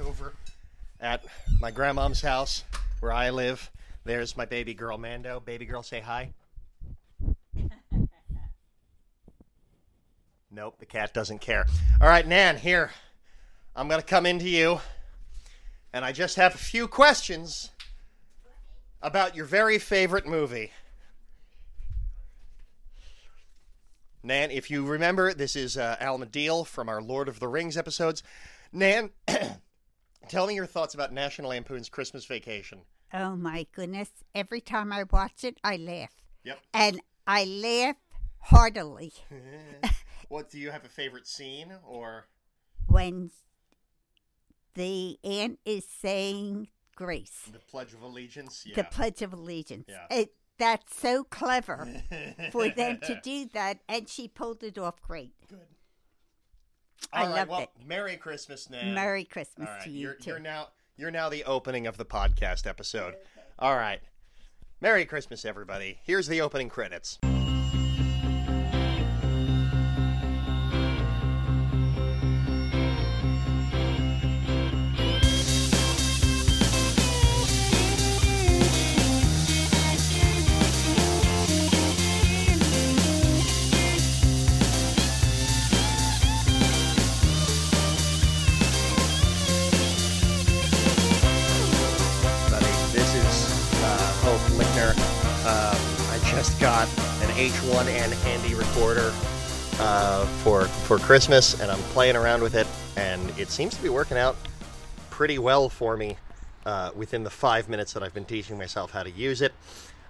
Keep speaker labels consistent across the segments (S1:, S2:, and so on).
S1: over at my grandmom's house where I live. There's my baby girl, Mando. Baby girl, say hi. Nope, the cat doesn't care. All right, Nan, here. I'm going to come into you, and I just have a few questions about your very favorite movie. Nan, if you remember, this is uh, Al Medeel from our Lord of the Rings episodes. Nan, tell me your thoughts about National Lampoon's Christmas Vacation.
S2: Oh my goodness. Every time I watch it, I laugh.
S1: Yep.
S2: And I laugh heartily
S1: What do you have a favorite scene or?
S2: when the aunt is saying grace,
S1: The Pledge of Allegiance. Yeah.
S2: the Pledge of Allegiance.
S1: Yeah.
S2: It, that's so clever for them to do that. And she pulled it off great. I
S1: All right,
S2: loved
S1: well,
S2: it.
S1: Merry Christmas, Nan.
S2: Merry Christmas
S1: All right,
S2: to you,
S1: you're,
S2: too.
S1: you're now you're now the opening of the podcast episode. All right. Merry Christmas, everybody. Here's the opening credits. buddy. This is uh, Hope Lickner. Um, I just got an H1N handy recorder uh, for for Christmas, and I'm playing around with it, and it seems to be working out pretty well for me uh, within the five minutes that I've been teaching myself how to use it.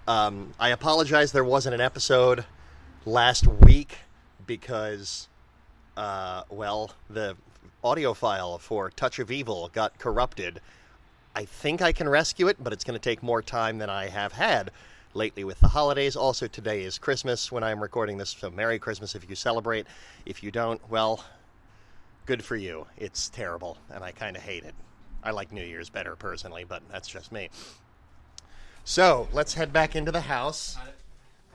S1: Um, I apologize there wasn't an episode last week because uh, well, the audio file for Touch of Evil got corrupted. I think I can rescue it, but it's going to take more time than I have had lately with the holidays. Also, today is Christmas when I'm recording this, so Merry Christmas if you celebrate. If you don't, well, good for you. It's terrible, and I kind of hate it. I like New Year's better personally, but that's just me. So let's head back into the house.
S3: How,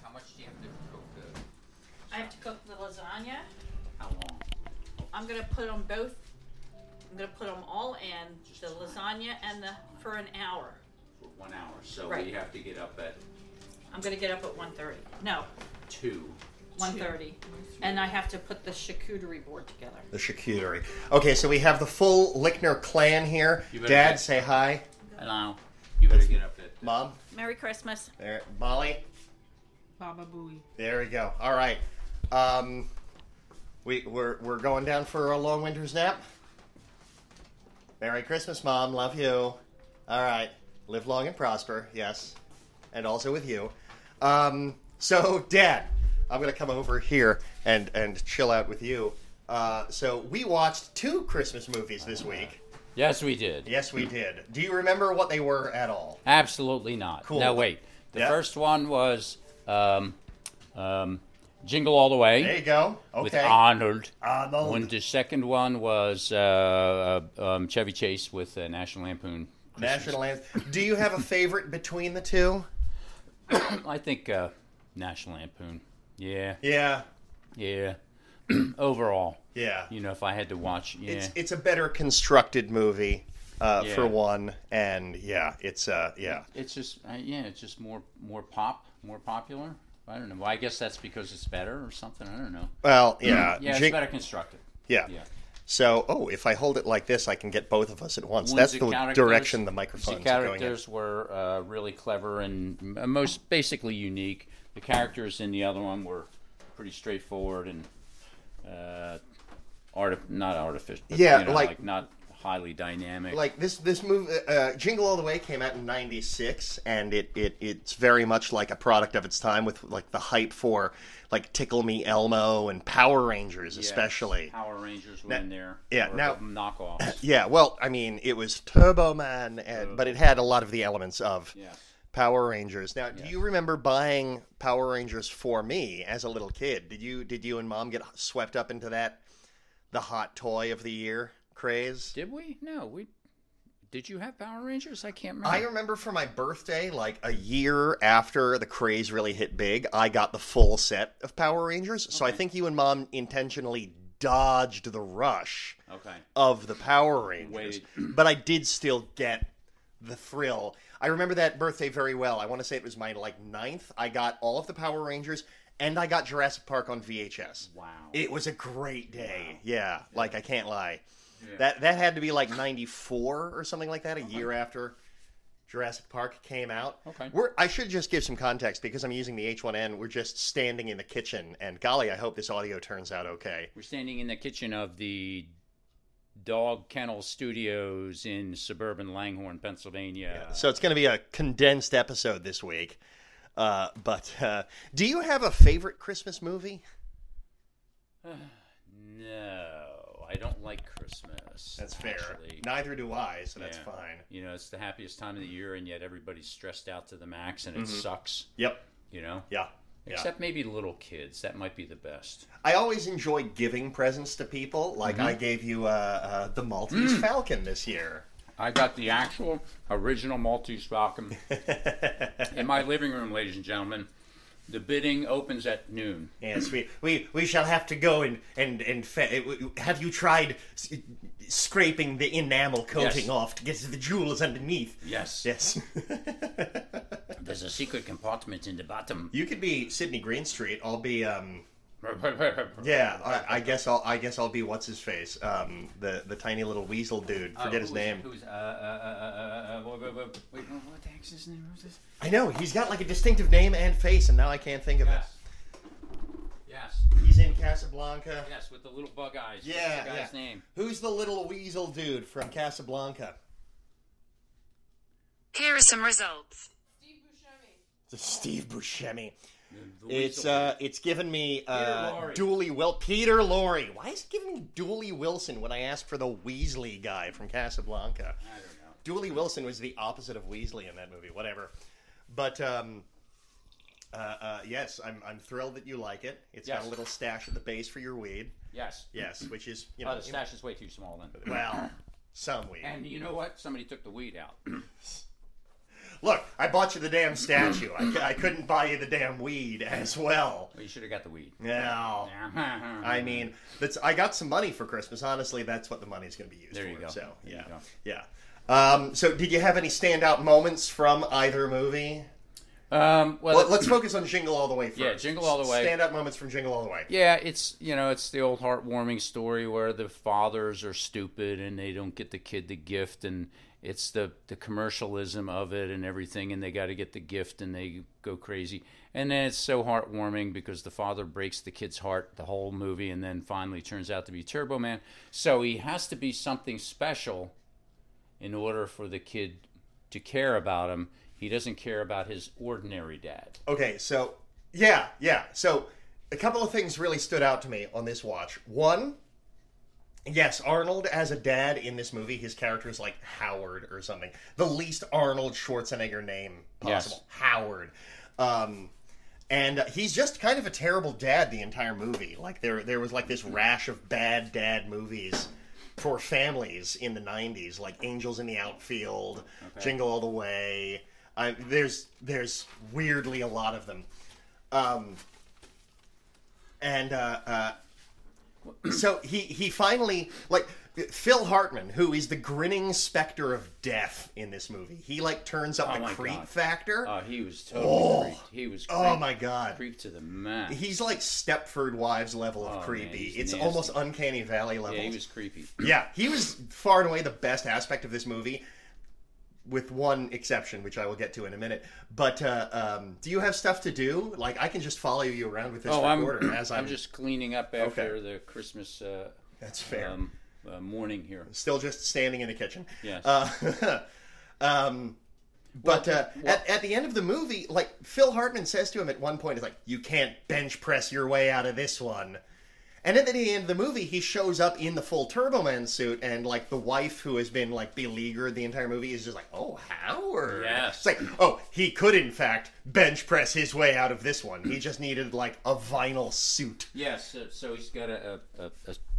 S3: how much do you have to cook the?
S4: I have to cook the lasagna.
S3: How long?
S4: I'm gonna put them both. I'm gonna put them all in the lasagna and the for an hour.
S3: For one hour. So
S4: Right.
S3: we have to get up at
S4: I'm gonna get up at 1:30. No,
S3: two.
S4: 1:30, and I have to put the charcuterie board together.
S1: The charcuterie. Okay, so we have the full Lickner clan here.
S3: You better
S1: Dad,
S3: get-
S1: say hi.
S3: Hello. You better get up at.
S1: Mom,
S4: Merry Christmas,
S1: there. Molly,
S4: Baba Booey.
S1: There we go. All right. Um, we, we're, we're going down for a long winter's nap. Merry Christmas, Mom. Love you. All right. Live long and prosper. Yes. And also with you. Um, so, Dad, I'm going to come over here and, and chill out with you. Uh, so, we watched two Christmas movies this
S3: Uh-huh.
S1: week.
S5: Yes, we did.
S1: Yes, we did. Do you remember what they were at all?
S5: Absolutely not.
S1: Cool.
S5: No, wait. The
S1: Yeah.
S5: first one was um, um, Jingle All the Way
S1: There you go.
S5: with
S1: Okay.
S5: Arnold.
S1: Arnold.
S5: When the second one was uh, uh, um, Chevy Chase with uh, National Lampoon.
S1: National Anthem. Do you have a favorite between the two?
S5: I think uh, National Lampoon. Yeah,
S1: Yeah.
S5: yeah. Overall,
S1: Yeah.
S5: you know, if I had to watch, yeah,
S1: It's it's a better constructed movie uh,
S5: Yeah.
S1: for one, and yeah, it's uh yeah.
S5: It's just uh, yeah, it's just more more pop, more popular. I don't know. Well, I guess that's because it's better or something. I don't know.
S1: Well, yeah,
S5: Yeah, it's
S1: Jing-
S5: better constructed.
S1: yeah.
S5: Yeah.
S1: So, oh, if I hold it like this, I can get both of us at once.
S5: Once
S1: That's the
S5: characters-
S1: direction the microphone's
S5: The
S1: going. In.
S5: characters were uh, really clever and m- most basically unique. The characters in the other one were pretty straightforward and uh, arti- not artificial. but,
S1: Yeah,
S5: you know,
S1: like-
S5: not highly dynamic.
S1: Like this, this movie, uh, Jingle All the Way, came out in '96, and it, it it's very much like a product of its time, with like the hype for like Tickle Me Elmo and Power Rangers,
S5: Yes,
S1: especially.
S5: Power Rangers were
S1: Now-
S5: in there.
S1: yeah,
S5: or
S1: now-
S5: knockoffs.
S1: Yeah, well, I mean, it was Turbo Man, and, but it had a lot of the elements of
S5: Yeah.
S1: Power Rangers. Now, do you remember buying Power Rangers for me as a little kid? Did you did you and mom get swept up into that the hot toy of the year craze?
S5: Did we? No, we. Did you have Power Rangers? I can't remember.
S1: I remember for my birthday, like a year after the craze really hit big, I got the full set of Power Rangers. So I think you and mom intentionally dodged the rush
S5: Okay.
S1: of the Power Rangers,
S5: Wait.
S1: but I did still get the thrill. I remember that birthday very well. I want to say it was my like ninth. I got all of the Power Rangers, and I got Jurassic Park on VHS.
S5: Wow.
S1: It was a great day. Yeah, like I can't lie. That that had to be like '94 or something like that, a year after Jurassic Park came out.
S5: Okay.
S1: We're, I should just give some context because I'm using the H1N. We're just standing in the kitchen, and golly, I hope this audio turns out okay.
S5: We're standing in the kitchen of the Dog Kennel Studios in suburban Langhorne, Pennsylvania.
S1: So it's going to be a condensed episode this week. Uh, but uh, do you have a favorite Christmas movie?
S5: No, I don't like Christmas. actually.
S1: Neither do I, so that's
S5: Yeah.
S1: fine.
S5: You know, it's the happiest time of the year, and yet everybody's stressed out to the max, and it sucks.
S1: Yep.
S5: You know,
S1: Mm-hmm. Yeah. Yeah.
S5: except maybe little kids. That might be the best.
S1: I always enjoy giving presents to people. Like I gave you uh, uh, the Maltese Falcon this year.
S5: I got the actual original Maltese Falcon in my living room, ladies and gentlemen. The bidding opens at noon.
S1: Yes, we, we, we shall have to go and and and fe- have you tried s- scraping the enamel coating
S5: Yes.
S1: off to get to the jewels underneath?
S5: Yes.
S1: Yes.
S5: There's a secret compartment in the bottom.
S1: you could be Sydney Greenstreet. I'll be um. Yeah, I, I guess I'll I guess I'll be what's his face um the the tiny little weasel dude.
S5: Uh,
S1: Forget his
S5: who's-
S1: name.
S5: Who's, uh, uh, uh, uh, uh, wha- wha- wha- wait, no, what the heck's his name? Who's this?
S1: I know he's got like a distinctive name and face, and now I can't think of
S5: Yes. Yes.
S1: it. He's in Casablanca.
S5: Yes, with the little bug eyes.
S1: Yeah,
S5: What's the guy's
S1: yeah.
S5: name?
S1: Who's the little weasel dude from Casablanca?
S6: Here are some results.
S1: It's Steve Buscemi.
S5: The
S1: It's
S5: weasel.
S1: uh, it's given me uh,
S5: Laurie.
S1: Dooley Will Peter Laurie. Why is it giving me Dooley Wilson when I asked for the Weasley guy from Casablanca?
S5: I don't know.
S1: Dooley Wilson was the opposite of Weasley in that movie. Whatever, but um, uh, uh, yes, I'm I'm thrilled that you like it. It's got
S5: Yes.
S1: a little stash at the base for your weed.
S5: Yes.
S1: Yes, which is you know
S5: Oh, the stash is way too small then.
S1: well some weed.
S5: And you know what? Somebody took the weed out.
S1: Look, I bought you the damn statue. I, c- I couldn't buy you the damn weed as well.
S5: Well, you should have got the weed.
S1: Now. I
S5: I
S1: mean, that's I got some money for Christmas. Honestly, that's what the money's going to be used
S5: There
S1: for.
S5: you go.
S1: So
S5: There
S1: yeah,
S5: you go.
S1: yeah. Um, so, did you have any standout moments from either movie?
S5: Um, well,
S1: Let, us focus on Jingle All the Way first.
S5: Yeah, Jingle All the Way.
S1: Standout moments from Jingle All the Way.
S5: Yeah, it's you know it's the old heartwarming story where the fathers are stupid and they don't get the kid the gift and it's the the commercialism of it and everything and they got to get the gift and they go crazy and then it's so heartwarming because the father breaks the kid's heart the whole movie and then finally turns out to be Turbo Man so he has to be something special in order for the kid to care about him he doesn't care about his ordinary dad
S1: Okay, so yeah, yeah. So a couple of things really stood out to me on this watch. One, yes, Arnold as a dad in this movie, his character is like Howard or something. The least Arnold Schwarzenegger name
S5: Yes.
S1: possible, Howard. Um, and uh, he's just kind of a terrible dad the entire movie. Like there, there was like this rash of bad dad movies for families in the '90s, like Angels in the Outfield, Jingle All the Way. I, there's, there's weirdly a lot of them. Um, and uh, uh, so he he finally like Phil Hartman, who is the grinning specter of death in this movie. He like turns up the
S5: Oh my
S1: creep
S5: God.
S1: factor.
S5: Oh, he was totally creeped. He was
S1: oh
S5: creeped.
S1: my god.
S5: creeped to the max.
S1: He's like Stepford Wives level of
S5: Oh, man,
S1: creepy.
S5: he's
S1: it's
S5: nasty.
S1: almost uncanny valley level.
S5: yeah, he was creepy.
S1: Yeah, he was far and away the best aspect of this movie, with one exception, which I will get to in a minute. But uh, um, do you have stuff to do? Like I can just follow you around with this
S5: Oh, I'm,
S1: recorder as I'm,
S5: I'm just cleaning up after the Christmas uh,
S1: That's fair.
S5: um, uh, morning here.
S1: Still just standing in the kitchen.
S5: Yes.
S1: Uh, um, but uh, at, at the end of the movie, like Phil Hartman says to him at one point, "Is like you can't bench press your way out of this one." And then at the end of the movie, he shows up in the full Turbo Man suit, and like the wife who has been like beleaguered the entire movie is just like, "Oh, Howard."
S5: Yes.
S1: It's like, oh, he could in fact bench press his way out of this one. He just needed like a vinyl suit.
S5: Yes, so, so he's got a, a, a,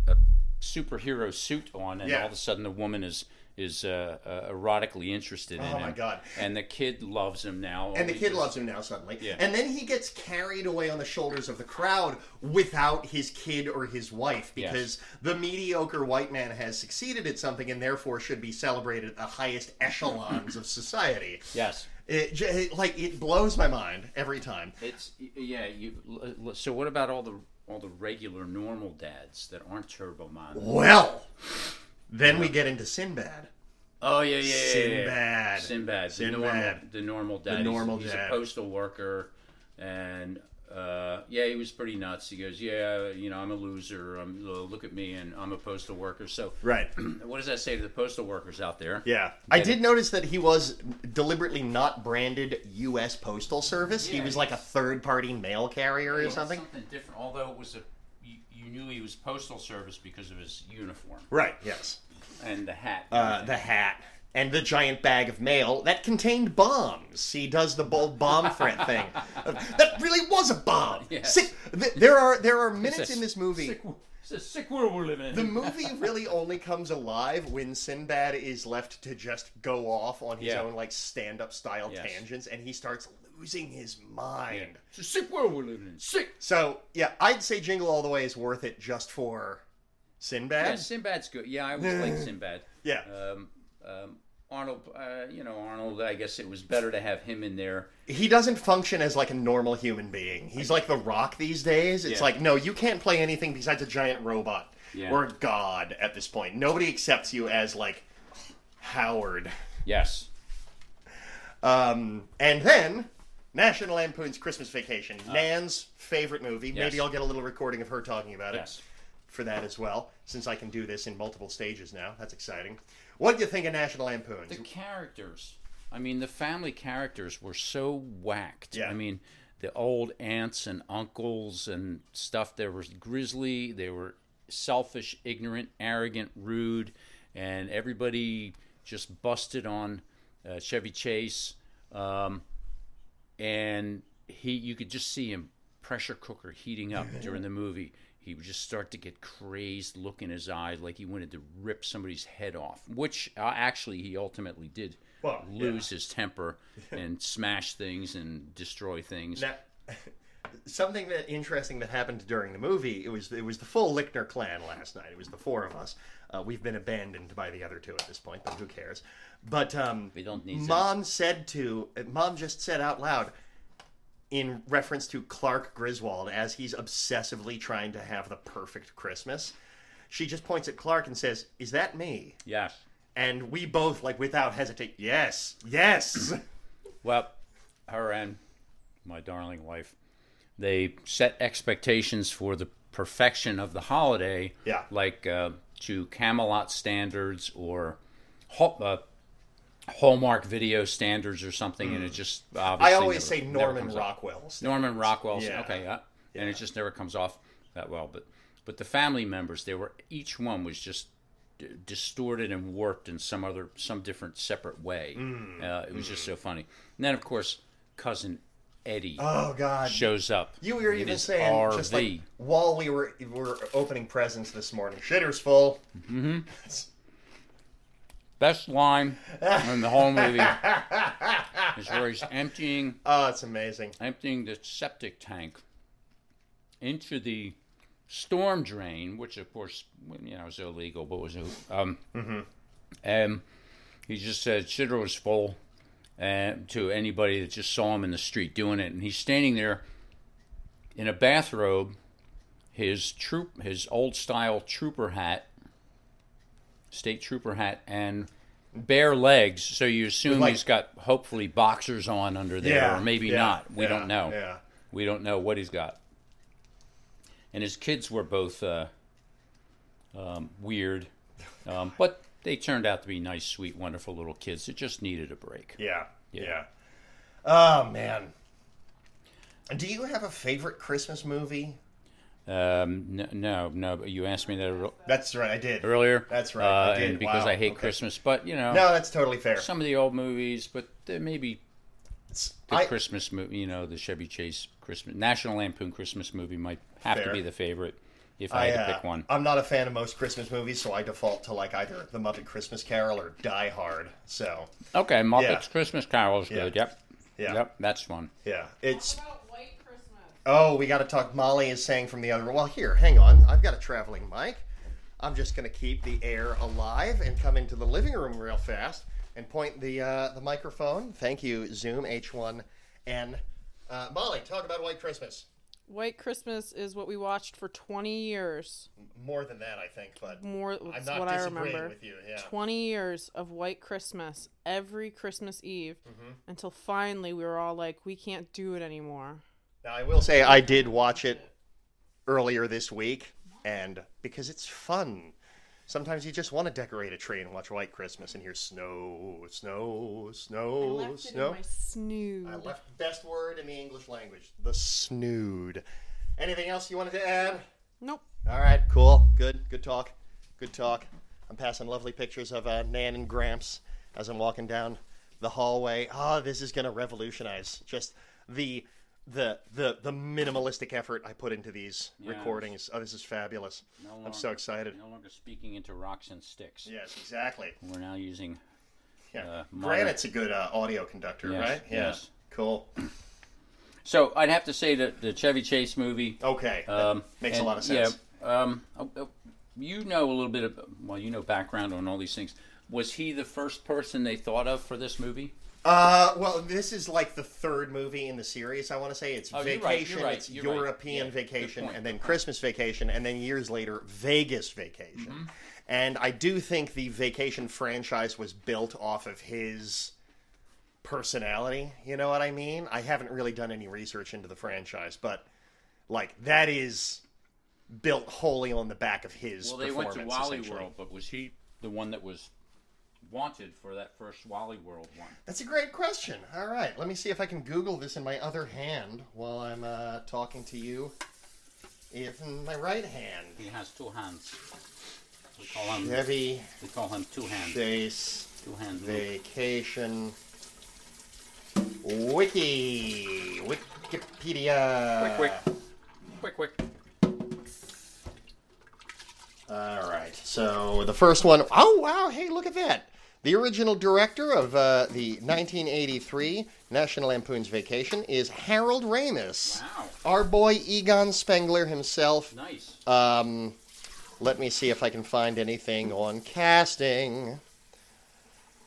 S5: a, a superhero suit on, and
S1: Yeah.
S5: all of a sudden the woman is is uh, uh, erotically interested in
S1: Oh,
S5: him.
S1: my God.
S5: And the kid loves him now.
S1: And the
S5: He
S1: kid
S5: just-
S1: loves him now suddenly.
S5: Yeah.
S1: And then he gets carried away on the shoulders of the crowd without his kid or his wife
S5: Yes.
S1: because the mediocre white man has succeeded at something and therefore should be celebrated at the highest echelons of society.
S5: Yes.
S1: It, j- like it blows my mind every time.
S5: It's y- yeah. You l- l- so what about all the all the regular normal dads that aren't turbo mom?
S1: Well, then we get into Sinbad.
S5: Oh yeah, yeah, yeah, yeah, yeah.
S1: Sinbad.
S5: Sinbad,
S1: Sinbad.
S5: the normal, the normal dad. He's-
S1: normal
S5: he's,
S1: dad.
S5: a postal worker, and uh, yeah, he was pretty nuts. He goes, yeah, you know, I'm a loser. I'm, look at me, and I'm a postal worker. So
S1: Right.
S5: what does that say to the postal workers out there?
S1: Yeah. I did notice that he was deliberately not branded U.S. Postal Service. he
S5: Yeah,
S1: was like a third party mail carrier or
S5: Yeah,
S1: something.
S5: different. Although it was a, you, you knew he was postal service because of his uniform
S1: Right, yes.
S5: and the hat.
S1: Uh, the hat. And the giant bag of mail that contained bombs. He does the bold bomb threat thing. Uh, that really was a bomb.
S5: Yes.
S1: Sick. Th- there are there are
S5: It's
S1: minutes
S5: a
S1: in this movie.
S5: sick- it's a sick world we're living in.
S1: The movie really only comes alive when Sinbad is left to just go off on his
S5: Yeah.
S1: own like stand-up style
S5: Yes.
S1: tangents, and he starts losing his mind.
S5: It's a sick world we're living in. Sick.
S1: So yeah, I'd say Jingle All the Way is worth it just for
S5: Yeah,
S1: Sinbad.
S5: Sinbad's good. Yeah, I always like Sinbad.
S1: Yeah.
S5: Um, um, Arnold, uh, you know Arnold. I guess it was better to have him in there.
S1: He doesn't function as like a normal human being. He's like the Rock these days. It's
S5: Yeah.
S1: like no, you can't play anything besides a giant robot
S5: Yeah.
S1: or God at this point. Nobody accepts you as like Howard.
S5: Yes.
S1: Um, and then National Lampoon's Christmas Vacation,
S5: Uh.
S1: Nan's favorite movie. Maybe I'll get a little recording of her talking about it
S5: Yes.
S1: for that as well, since I can do this in multiple stages now. That's exciting. What do you think of National Lampoon's?
S5: The characters. I mean, the family characters were so whacked.
S1: Yeah.
S5: I mean, the old aunts and uncles and stuff. There was grizzly. They were selfish, ignorant, arrogant, rude, and everybody just busted on uh, Chevy Chase. Um, and he you could just see him pressure cooker heating up during the movie he would just start to get crazed look in his eyes like he wanted to rip somebody's head off which uh, actually he ultimately did
S1: Well, yeah.
S5: lose his temper and smash things and destroy things
S1: Now, something that interesting that happened during the movie. It was it was the full Lickner clan last night. It was the four of us. Uh, we've been abandoned by the other two at this point, but who cares? But um,
S5: We don't need them.
S1: Mom said to uh, Mom just said out loud. In reference to Clark Griswold, as he's obsessively trying to have the perfect Christmas, she just points at Clark and says, "Is that me?"
S5: yes
S1: And we both, like without hesitate, yes, yes.
S5: Well, her and my darling wife, they set expectations for the perfection of the holiday.
S1: Yeah.
S5: Like uh, to Camelot standards or Hall- uh, Hallmark video standards or something. And it just obviously.
S1: Mm. I always
S5: never-
S1: say
S5: never
S1: Norman
S5: comes off.
S1: Rockwell's.
S5: Norman Rockwell's.
S1: Yeah.
S5: Okay. Yeah. And it just never comes off that well. But, but the family members, they were, each one was just d- distorted and warped in some other some different separate way
S1: Mm.
S5: uh, it was just so funny and then of course cousin eddie
S1: Oh God,
S5: shows up
S1: You were
S5: in
S1: even
S5: his
S1: saying
S5: RV.
S1: just like while we were were opening presents this morning, shitter's full.
S5: best line in the whole movie is where he's emptying
S1: Oh, it's amazing.
S5: emptying the septic tank into the storm drain, which of course you know was illegal, but was um,
S1: Mm-hmm.
S5: um, he just said shitter was full uh, to anybody that just saw him in the street doing it, and he's standing there in a bathrobe, his troop, his old style trooper hat, state trooper hat, and bare legs. So you assume
S1: like-
S5: he's got hopefully boxers on under there,
S1: Yeah,
S5: or maybe
S1: yeah,
S5: not. We
S1: yeah,
S5: don't know.
S1: yeah.
S5: We don't know what he's got. And his kids were both uh, um, weird, um, but they turned out to be nice, sweet, wonderful little kids that just needed a break.
S1: Yeah, yeah.
S5: Yeah.
S1: Oh man, do you have a favorite Christmas movie?
S5: Um, no, no, no. but You asked me that ear-
S1: That's right, I did.
S5: earlier.
S1: That's right, I
S5: uh,
S1: did.
S5: and because
S1: Wow,
S5: I hate
S1: okay.
S5: Christmas, but you know,
S1: No, that's totally fair.
S5: some of the old movies, but uh, maybe the
S1: I-
S5: Christmas movie, you know, the Chevy Chase Christmas National Lampoon Christmas movie might have
S1: Fair.
S5: to be the favorite. if I, had
S1: uh,
S5: to pick one.
S1: I'm not a fan of most Christmas movies, so I default to like either The Muppet Christmas Carol or Die Hard. So
S5: Okay, Muppets
S1: yeah.
S5: Christmas Carol is
S1: Yeah.
S5: good. Yep.
S1: yeah,
S5: Yep, that's one.
S1: yeah. It's
S6: about White Christmas?
S1: oh, we got to talk. Molly is saying from the other. Well, here, hang on. I've got a traveling mic. I'm just gonna keep the air alive and come into the living room real fast and point the uh, the microphone. Thank you, Zoom H1 and uh, Molly. Talk about White Christmas.
S6: White Christmas is what we watched for 20 years.
S1: More than that, I think, but
S6: More,
S1: I'm
S6: that's
S1: not
S6: what I
S1: disagreeing
S6: remember.
S1: with you. Yeah.
S6: 20 years of White Christmas every Christmas Eve
S1: Mm-hmm.
S6: until finally we were all like, we can't do it anymore.
S1: Now I will say I did watch it earlier this week, and because it's fun. Sometimes you just want to decorate a tree and watch White Christmas and hear snow, snow, snow,
S6: I left it
S1: snow.
S6: in my snood.
S1: I left the best word in the English language, the snood. Anything else you wanted to add?
S6: Nope.
S1: All right, cool, good, good talk, good talk. I'm passing lovely pictures of uh, Nan and Gramps as I'm walking down the hallway. Oh, this is gonna revolutionize just the the the the minimalistic effort I put into these recordings. Oh, this is fabulous. I'm so
S5: longer-
S1: excited.
S5: No longer speaking into rocks and sticks.
S1: Yes, exactly.
S5: We're now using
S1: Yeah,
S5: Uh, modern-
S1: Granite's a good uh, audio conductor,
S5: Yes,
S1: right? Yeah.
S5: yes.
S1: Cool.
S5: So I'd have to say that the Chevy Chase movie
S1: Okay. Oh, that
S5: um,
S1: makes
S5: and,
S1: a lot of sense.
S5: Yeah, um, uh, uh, you know a little bit of well, you know background on all these things. Was he the first person they thought of for this movie?
S1: Uh, well, this is like the third movie in the series. I want to say it's
S5: Oh, you're
S1: Vacation,
S5: right, you're right,
S1: it's
S5: you're right.
S1: European
S5: Yeah, good
S1: Vacation,
S5: point,
S1: and then
S5: good point.
S1: Christmas Vacation, and then years later Vegas Vacation.
S5: Mm-hmm.
S1: And I do think the Vacation franchise was built off of his personality. You know what I mean? I haven't really done any research into the franchise, but like that is built wholly on the back of his.
S5: Well, they went to
S1: performance,
S5: Wally
S1: essentially.
S5: World, but was he the one that was wanted for that first Wally World one?
S1: That's a great question. All right, let me see if I can Google this in my other hand while I'm uh, talking to you. If in my right hand,
S5: He has two hands. We call him.
S1: Chevy
S5: We call him two hands.
S1: Chase
S5: Two hands. Luke.
S1: Vacation Wiki Wikipedia.
S5: Quick, quick, quick, quick.
S1: All right. So the first one, oh wow! Hey, look at that. The original director of uh, the 1983 National Lampoon's Vacation is Harold Ramis.
S5: Wow.
S1: Our boy Egon Spengler himself.
S5: Nice.
S1: Um, let me see if I can find anything on casting.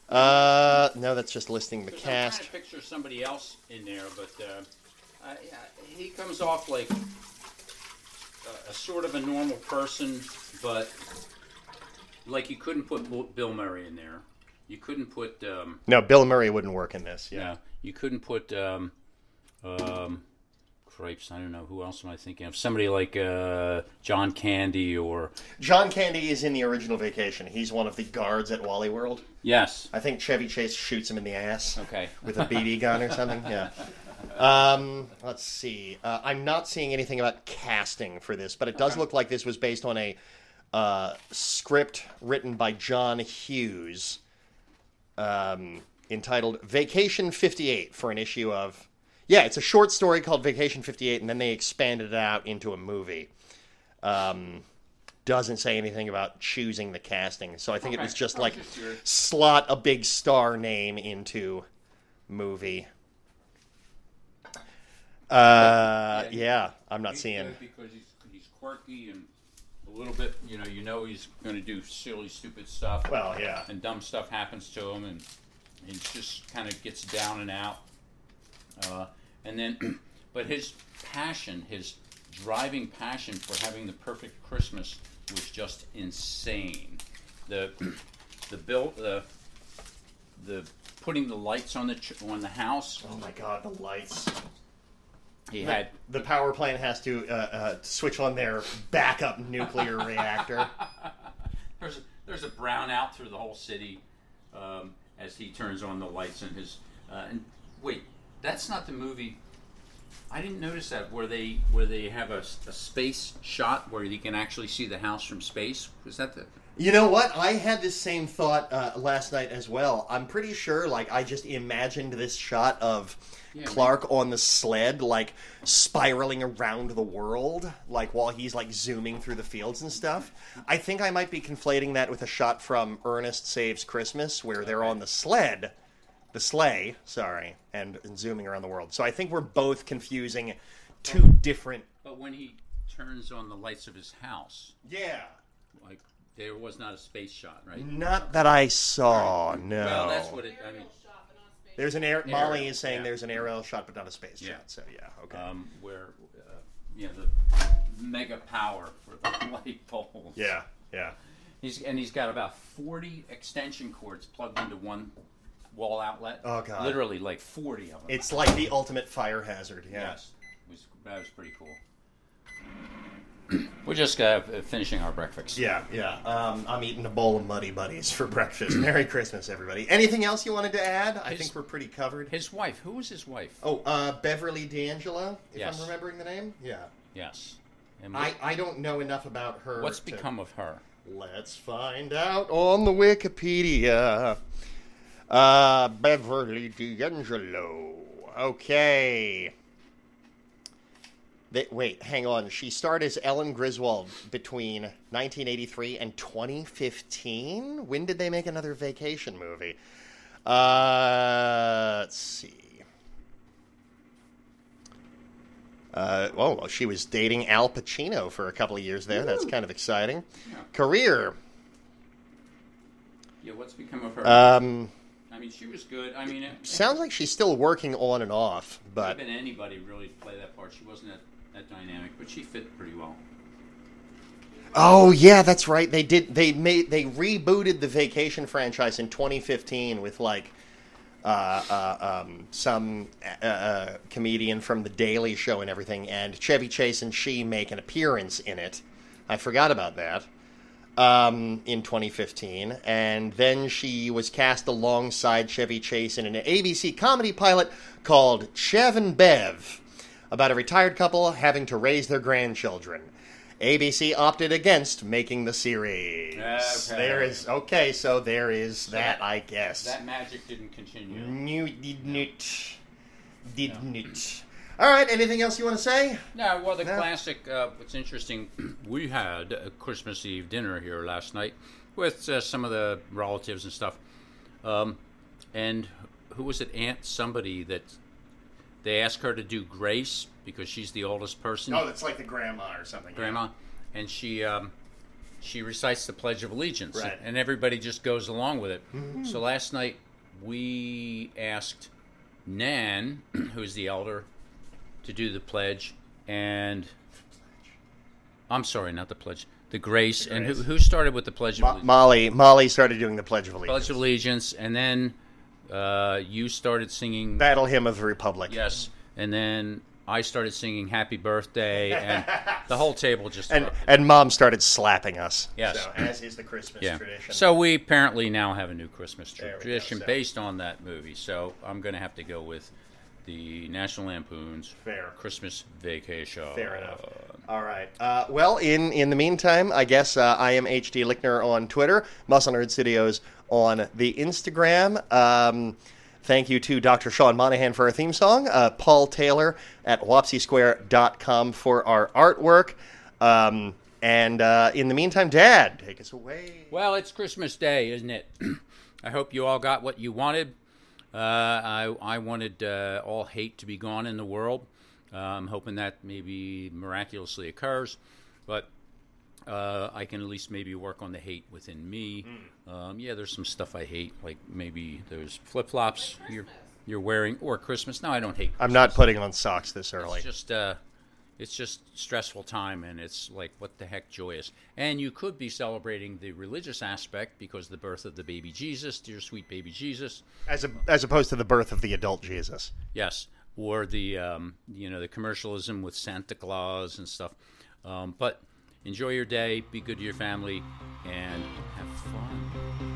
S1: Uh, no, that's just listing the
S5: Because I'm trying
S1: cast.
S5: to picture somebody else in there, but uh, I, I, he comes off like a, a sort of a normal person, but like you couldn't put Bill- Bill Murray in there. You couldn't put um,
S1: No, Bill Murray wouldn't work in this. Yeah.
S5: yeah. You couldn't put um, um, cripes. I don't know who else am I thinking of? Somebody like uh, John Candy or
S1: John Candy is in the original Vacation. He's one of the guards at Wally World.
S5: yes.
S1: I think Chevy Chase shoots him in the ass.
S5: Okay.
S1: with a BB gun or something. Yeah. Um, let's see. Uh, I'm not seeing anything about casting for this, but it does look like this was based on a uh, script written by John Hughes um, entitled Vacation 58 for an issue of. Yeah, it's a short story called Vacation 58, and then they expanded it out into a movie. Um, doesn't say anything about choosing the casting, so I think it
S5: Okay.
S1: was just
S5: I was
S1: like
S5: just curious.
S1: slot a big star name into movie. Uh, yeah, I'm not
S5: He's
S1: seeing.
S5: good because he's, he's quirky and a little bit. You know, you know he's going to do silly, stupid stuff.
S1: Well, yeah.
S5: and dumb stuff happens to him, and he just kind of gets down and out. Uh, and then, but his passion, his driving passion for having the perfect Christmas was just insane. The the build the the putting the lights on the ch- on the house.
S1: Oh my god, the lights.
S5: He had
S1: The power plant has to uh, uh, switch on their backup nuclear reactor.
S5: There's a, there's a brownout through the whole city um, as he turns on the lights and his. Uh, and wait, that's not the movie. I didn't notice that where they where they have a, s- a space shot where you can actually see the house from space. Was that the
S1: You know what? I had this same thought uh, last night as well. I'm pretty sure, like, I just imagined this shot of Clark on the sled, like, spiraling around the world, like, while he's, like, zooming through the fields and stuff. I think I might be conflating that with a shot from Ernest Saves Christmas, where they're on the sled, the sleigh, sorry, and, and zooming around the world. So I think we're both confusing two different.
S3: But when he turns on the lights of his house,
S1: Yeah.
S3: like there was not a space shot, right?
S1: Not that I saw, no.
S3: Well, that's what it. I mean,
S1: There's an air. Molly is saying
S3: yeah.
S1: there's an aerial shot, but not a space
S3: Yeah.
S1: shot. So yeah, okay.
S3: um, where uh, you know the mega power for the light bulbs.
S1: yeah, yeah.
S3: He's and he's got about forty extension cords plugged into one wall outlet.
S1: Oh, God.
S3: Literally like forty of them.
S1: It's like the ultimate fire hazard. Yeah.
S3: yes, It was, that was pretty cool. We're just uh, finishing our breakfast.
S1: Yeah, yeah. Um, I'm eating a bowl of Muddy Buddies for breakfast. Merry Christmas, everybody. Anything else you wanted to add? I
S5: His-
S1: think we're pretty covered.
S5: His wife. Who was his wife?
S1: oh, uh, Beverly D'Angelo, if
S5: Yes.
S1: I'm remembering the name. Yeah.
S5: Yes. And
S1: I, I don't know enough about her.
S5: what's
S1: to-
S5: become of her?
S1: Let's find out on the Wikipedia. Uh, Beverly D'Angelo. Okay. They, wait, hang on. She starred as Ellen Griswold between 1983 and 2015. When did they make another vacation movie? Uh, let's see. Uh, oh, well, she was dating Al Pacino for a couple of years there. That's kind of exciting. Career.
S3: Yeah, what's become of her?
S1: Um,
S3: I mean, she was good. I mean, it,
S1: sounds like she's still working on and off,
S3: Not
S1: but
S3: been anybody really to play that part. She wasn't that, that dynamic, but she fit pretty well.
S1: oh yeah, that's right. They did. They made. They rebooted the Vacation franchise in 2015 with like uh, uh, um, some uh, uh, comedian from The Daily Show and everything, and Chevy Chase and she make an appearance in it. I forgot about that. um, in 2015, and then she was cast alongside Chevy Chase in an ABC comedy pilot called Chev and Bev, about a retired couple having to raise their grandchildren. ABC opted against making the series.
S3: Okay.
S1: There is okay, so there is that, I guess.
S3: That magic didn't continue.
S1: New did not, did not. All right. Anything else you want to say?
S5: No, well, the
S1: No.
S5: classic. Uh, what's interesting, we had a Christmas Eve dinner here last night with uh, some of the relatives and stuff. Um, and who was it? Aunt somebody that they asked her to do Grace because she's the oldest person,
S1: that's Oh, like the grandma or something.
S5: Grandma, and she um, she recites the Pledge of Allegiance,
S1: Right. Mm-hmm.
S5: and everybody just goes along with it. So last night we asked Nan, who's the elder, to do the pledge, and I'm sorry, not the pledge, the grace. And who,
S1: grace.
S5: who started with the pledge of
S1: Mo-
S5: allegiance?
S1: Molly. Molly started doing the Pledge of Allegiance.
S5: pledge of allegiance, and then uh, you started singing.
S1: Battle Hymn of the Republic.
S5: yes, and then I started singing Happy Birthday, and the whole table just
S1: And
S5: erupted.
S1: and mom started slapping us.
S5: Yes.
S1: So, as is the Christmas tradition.
S5: So we apparently now have a new Christmas tr-
S1: There we go,
S5: tradition
S1: so-
S5: based on that movie. So I'm going to have to go with the National Lampoon's
S1: Fair.
S5: Christmas Vacation.
S1: Fair enough. All right. Uh, well, in in the meantime, I guess uh, I am HD Lickner on Twitter, Muscle Nerd Studios on the Instagram. Um, thank you to Dr. Sean Monahan for our theme song, uh, Paul Taylor at wopsysquare.com for our artwork. Um, and uh, in the meantime, Dad, take us away.
S5: Well, it's Christmas Day, isn't it? I hope you all got what you wanted. Uh, I, I wanted uh, all hate to be gone in the world. Uh, I'm hoping that maybe miraculously occurs, but uh, I can at least maybe work on the hate within me. Um, yeah, there's some stuff I hate, like maybe those flip flops you're you're wearing, or Christmas. No, I don't hate.
S1: I'm not putting on socks this early.
S5: It's just uh, it's just stressful time, and it's like what the heck joyous. And you could be celebrating the religious aspect because the birth of the baby Jesus, dear sweet baby Jesus,
S1: as a, as opposed to the birth of the adult Jesus.
S5: yes, or the um, you know the commercialism with Santa Claus and stuff. Um, but enjoy your day, be good to your family, and have fun.